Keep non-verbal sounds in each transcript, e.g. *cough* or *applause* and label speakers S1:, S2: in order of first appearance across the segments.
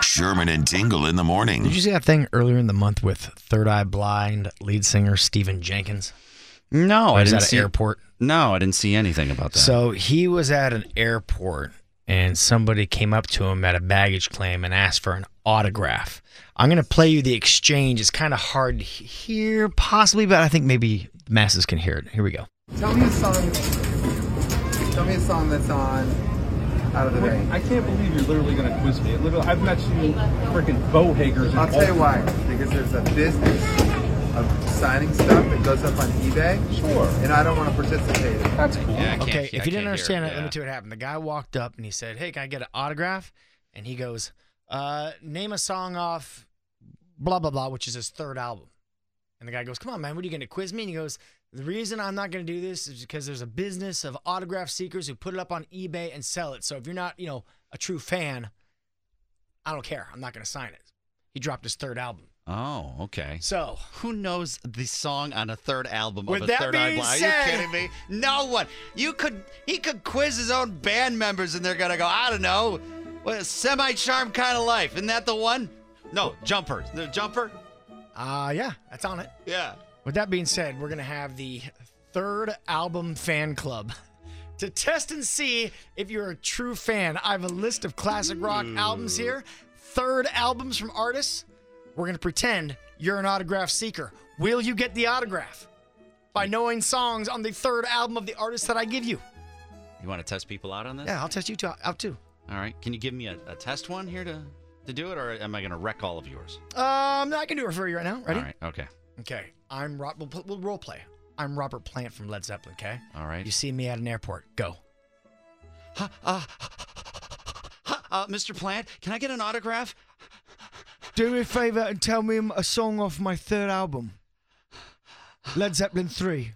S1: Sherman and Tingle in the morning.
S2: Did you see that thing earlier in the month with Third Eye Blind lead singer Stephen Jenkins?
S3: No, Oh, I
S2: Or is
S3: didn't
S2: that an
S3: see.
S2: airport?
S3: No, I didn't see anything about that.
S2: So he was at an airport and somebody came up to him at a baggage claim and asked for an autograph. I'm going to play you the exchange. It's kind of hard to hear, possibly, but I think maybe masses can hear it. Here we go.
S4: Tell me a song. Tell me a song that's on out of the rain.
S5: I can't believe you're literally going to quiz me. Literally, I've met you freaking bohagers.
S4: I'll tell you why. Because there's a business of signing stuff that goes up on eBay.
S5: Sure.
S4: And I don't want to participate. in it.
S5: That's cool.
S3: Yeah, I can't-
S2: Okay,
S3: I
S2: if you didn't
S3: can't
S2: understand
S3: hear
S2: that, let me tell you what happened. The guy walked up and he said, "Hey, can I get an autograph?" And he goes, uh, "Name a song off blah blah blah," which is his third album. And the guy goes, "Come on, man, what are you going to quiz me?" And he goes, "The reason I'm not going to do this is because there's a business of autograph seekers who put it up on eBay and sell it. So if you're not, you know, a true fan, I don't care. I'm not going to sign it." He dropped his third album.
S3: Oh, okay.
S2: So
S3: Who knows the song on a third album
S2: With
S3: of a
S2: that
S3: third Eye
S2: being
S3: Blind?
S2: said-
S3: Are you kidding me? No one. You could. He could quiz his own band members, and they're gonna go. I don't know. What a semi-charm kind of life. Isn't that the one? No, jumper. The jumper.
S2: uh, yeah, that's on it.
S3: Yeah.
S2: With that being said, we're going to have the third album fan club. *laughs* To test and see if you're a true fan, I have a list of classic rock albums here, third albums from artists. We're going to pretend you're an autograph seeker. Will you get the autograph? By knowing songs on the third album of the artist that I give you.
S3: You want to test people out on this?
S2: Yeah, I'll test you two out too.
S3: All right. Can you give me a, a test one here to to do it, or am I gonna wreck all of yours?
S2: Um, no, I can do it for you right now. Ready?
S3: All right. Okay.
S2: Okay. I'm Rob. We'll, pl- we'll role play. I'm Robert Plant from Led Zeppelin. Okay.
S3: All right.
S2: You see me at an airport. Go.
S3: uh, uh, Mr. Plant, can I get an autograph?
S2: Do me a favor and tell me a song off my third album, Led Zeppelin 3.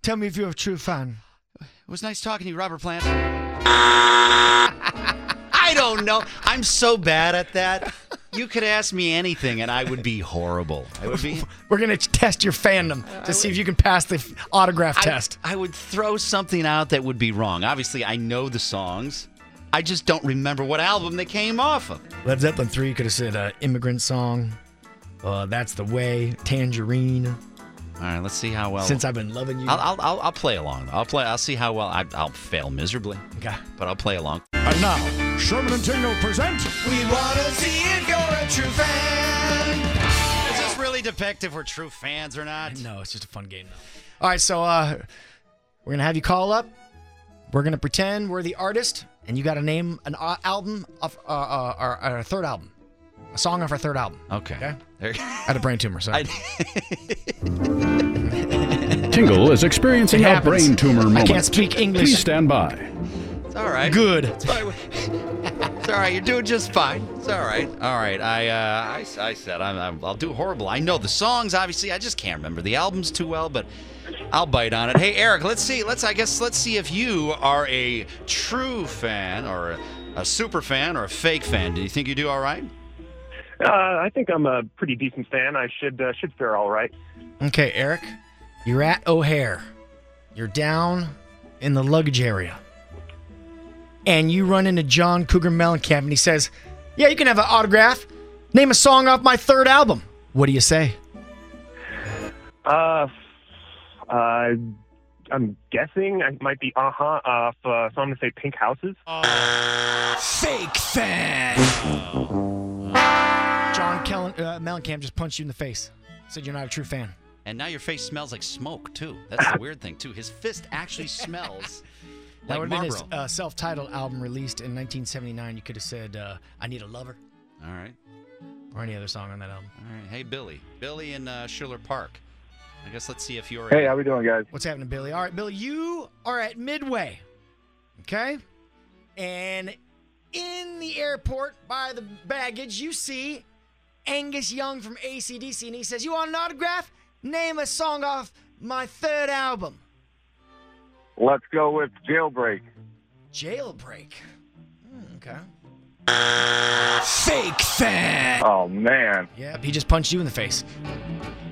S2: Tell me if you're a true fan.
S3: It was nice talking to you, Robert Plant. *laughs* I don't know. I'm so bad at that. You could ask me anything, and I would be horrible. I would be.
S2: We're going to test your fandom to see if you can pass the f- autograph
S3: Uh,
S2: *laughs*
S3: I-
S2: test.
S3: I, would throw something out that would be wrong. Obviously, I know the songs. I just don't remember what album they came off of.
S2: Led Zeppelin 3 could have said uh, Immigrant Song, uh, That's the Way, Tangerine,
S3: All right, let's see how well.
S2: Since I've Been Loving You.
S3: Oh. I'll, I'll, I'll, I'll play along. I'll play. I'll see how well. I, I'll fail miserably,
S2: Okay.
S3: but I'll play along.
S6: And now, Sherman and Tingle present.
S3: We want to see if you're a true fan. Does this really depict if we're true fans or not?
S2: No, it's just a fun game. Though. All right, so uh, we're gonna have you call up. We're gonna pretend we're the artist, and you got to name an uh, album of uh, uh, our, our third album, a song off our third album.
S3: Okay.
S2: Okay.
S3: There-
S2: I had a brain tumor, so
S3: I-
S2: *laughs*
S6: Tingle is experiencing
S2: It
S6: a
S2: happens.
S6: brain tumor
S2: I
S6: moment.
S2: can't speak English.
S6: Please stand by.
S3: it's all right.
S2: good.
S3: It's fine. It's all right. You're doing just fine. It's all right. All right. I uh, I, s- I said I'm, I'm, I'll do horrible. I know the songs, obviously. I just can't remember the albums too well, but I'll bite on it. Hey, Eric. Let's see. Let's. I guess let's see if you are a true fan or a, a super fan or a fake fan. Do you think you do all right?
S7: Uh, I think I'm a pretty decent fan. I should uh, should fare all right.
S2: Okay, Eric, you're at O'Hare. You're down in the luggage area, and you run into John Cougar Mellencamp, and he says, "Yeah, you can have an autograph. Name a song off my third album." What do you say?
S7: Uh, uh, I'm guessing I might be uh-huh, uh Uh, so I'm gonna say Pink Houses.
S2: fake fan. John Kellen, uh, Mellencamp just punched you in the face. Said you're not a true fan.
S3: And now your face smells like smoke too. That's the weird thing too. His fist actually smells
S2: *laughs* That
S3: like
S2: would have been his
S3: Marlboro.
S2: uh, self-titled album released in 1979. You could have said uh, "I Need a Lover"
S3: all right,
S2: or any other song on that album.
S3: all right. Hey Billy, Billy in uh, Schiller Park. I guess let's see if you're.
S4: Hey, how we doing, guys?
S2: What's happening, Billy? All right, Billy, you are at Midway, okay? And in the airport by the baggage, you see Angus Young from ACDC, and he says, You want an autograph? Name a song off my third album,
S8: Let's go with jailbreak.
S2: Jailbreak. Hmm, okay. Fake fan.
S8: Oh man.
S2: Yep, he just punched you in the face.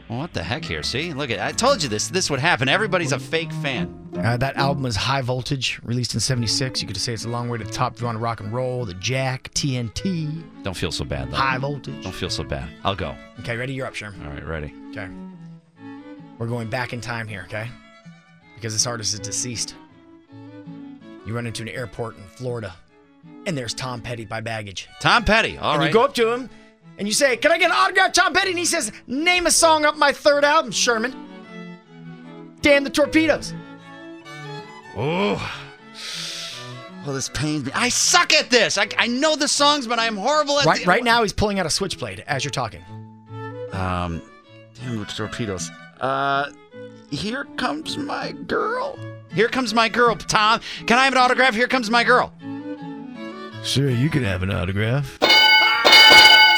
S3: What the heck here? See, look at I told you this. This would happen. Everybody's a fake fan.
S2: Uh, that album is High Voltage, released in 76. You could say it's a long way to the top if you want to rock and roll. The Jack, TNT,
S3: Don't feel so bad though.
S2: High Voltage.
S3: Don't feel so bad. I'll go.
S2: Okay, ready? You're up, Sherm.
S3: All right, ready.
S2: Okay. We're going back in time here, okay? Because this artist is deceased. You run into an airport in Florida, and there's Tom Petty by baggage.
S3: Tom Petty. All
S2: and
S3: right.
S2: you go up to him, and you say, Can I get an autograph, Tom Petty? And he says, Name a song up my third album, Sherman. Damn the Torpedoes.
S3: Oh. Well, this pains me. I suck at this. I, I know the songs, but I'm horrible at
S2: Right,
S3: the-
S2: right now, he's pulling out a switchblade as you're talking.
S3: Um, damn the torpedoes. Uh, here comes my girl. Here comes my girl, Tom. Can I have an autograph? Here comes my girl.
S2: Sure, you can have an autograph.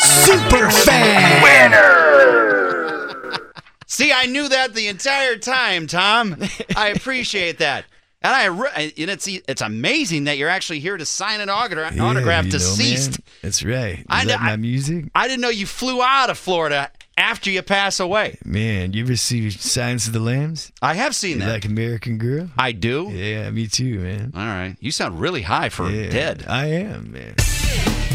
S2: Super fan!
S3: *laughs* See, I knew that the entire time, Tom. I appreciate that. And I re- and it's e, it's amazing that you're actually here to sign an autogra- autograph deceased.
S9: That's right. Is
S3: I
S9: I
S3: know-
S9: that my
S3: I-
S9: music?
S3: I didn't know you flew out of Florida after you pass away.
S9: Man, you ever see Signs of the Lambs?
S3: I have seen
S9: You
S3: that.
S9: like American Girl?
S3: I do.
S9: Yeah, me too, man.
S3: All right. You sound really high for
S9: Yeah,
S3: dead.
S9: I am, man.